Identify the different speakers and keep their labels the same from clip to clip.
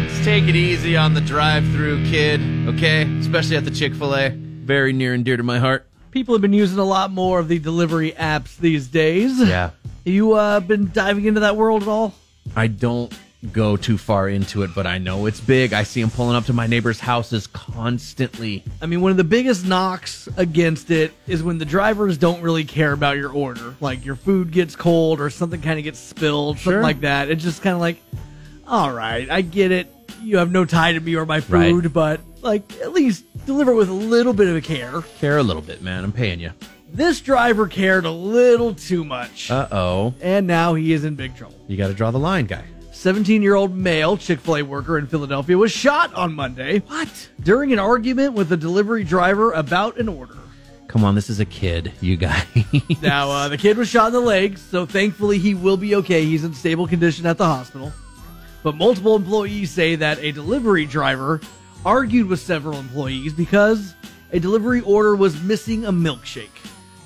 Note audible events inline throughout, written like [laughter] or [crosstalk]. Speaker 1: Let's take it easy on the drive-through, kid. Okay, especially at the Chick Fil A, very near and dear to my heart.
Speaker 2: People have been using a lot more of the delivery apps these days.
Speaker 1: Yeah,
Speaker 2: You uh, been diving into that world at all?
Speaker 1: I don't go too far into it, but I know it's big. I see them pulling up to my neighbors' houses constantly.
Speaker 2: I mean, one of the biggest knocks against it is when the drivers don't really care about your order. Like your food gets cold or something kind of gets spilled,
Speaker 1: Sure.
Speaker 2: something like that. It's just kind of like, all right, I get it. You have no tie to me or my
Speaker 1: Right.
Speaker 2: food, but like at least deliver with a little bit of a care.
Speaker 1: Care a little bit, man. I'm paying you.
Speaker 2: This driver cared a little too much,
Speaker 1: Uh oh,
Speaker 2: and now he is in big trouble.
Speaker 1: you got to draw the line, guy.
Speaker 2: 17 year old male Chick fil A worker in Philadelphia was shot on Monday. What? During an argument with a delivery driver about an order.
Speaker 1: Come on, this is a kid, you guys. [laughs]
Speaker 2: Now, uh, the kid was shot in the legs, so thankfully he will be okay. He's in stable condition at the hospital. But multiple employees say that a delivery driver argued with several employees because a delivery order was missing a milkshake.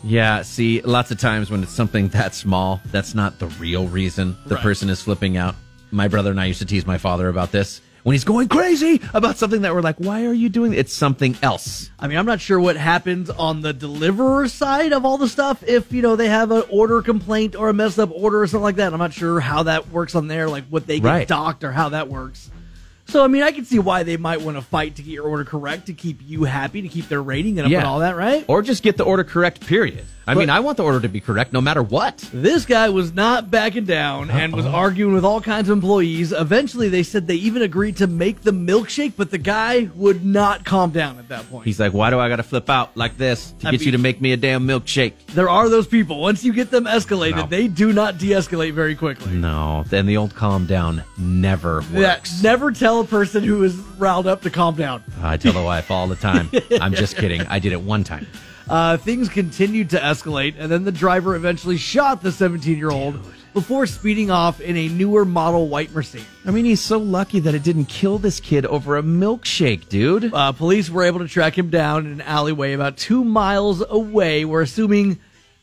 Speaker 1: Yeah, see, lots of times when it's something that small, that's not the real reason the
Speaker 2: Right.
Speaker 1: person is flipping out. My brother and I used to tease my father about this when he's going crazy about something that we're like, why are you doing? It's something else.
Speaker 2: I mean, I'm not sure what happens on the deliverer side of all the stuff. If, you know, they have an order complaint or a messed up order or something like that, I'm not sure how that works on there, like what they get
Speaker 1: Right.
Speaker 2: docked or how that works. So, I mean, I can see why they might want to fight to get your order correct, to keep you happy, to keep their rating and up and all that, right?
Speaker 1: Or just get the order correct, period. I
Speaker 2: But-
Speaker 1: mean, I want the order to be correct no matter what.
Speaker 2: This guy was not backing down and was arguing with all kinds of employees. Eventually, they said they even agreed to make the milkshake, but the guy would not calm down at that point.
Speaker 1: He's like, why do I got to flip out like this to
Speaker 2: I
Speaker 1: get you
Speaker 2: mean-
Speaker 1: to make me a damn milkshake?
Speaker 2: there are those people. Once you get them escalated,
Speaker 1: No.
Speaker 2: they do not de escalate very quickly.
Speaker 1: No, then the old calm down never
Speaker 2: That,
Speaker 1: works.
Speaker 2: never tell a person who is riled up to calm down.
Speaker 1: I tell the wife all the
Speaker 2: [laughs]
Speaker 1: time. I'm just kidding. I did it one time.
Speaker 2: Uh, things continued to escalate, and then the driver eventually shot the 17 year old before speeding off in a newer model white Mercedes.
Speaker 1: I mean, he's so lucky that it didn't kill this kid over a milkshake, dude.
Speaker 2: Uh, police were able to track him down in an alleyway about two miles away. We're assuming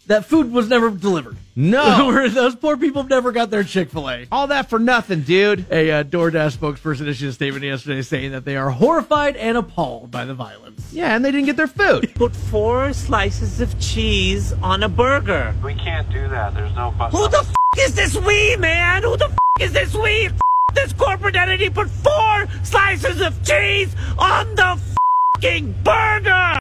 Speaker 2: that food was never delivered. [laughs]
Speaker 1: No.
Speaker 2: We're- those poor people never got their Chick fil A.
Speaker 1: All that for nothing, dude.
Speaker 2: A uh, DoorDash spokesperson issued a statement yesterday saying that they are horrified and appalled by the violence.
Speaker 1: Yeah, and they didn't get their food.
Speaker 3: put four slices of cheese on a burger.
Speaker 4: We can't do that. There's no button.
Speaker 3: Who the f is this we, man? Who the f is this we? F- this corporate entity put four slices of cheese on the fing burger!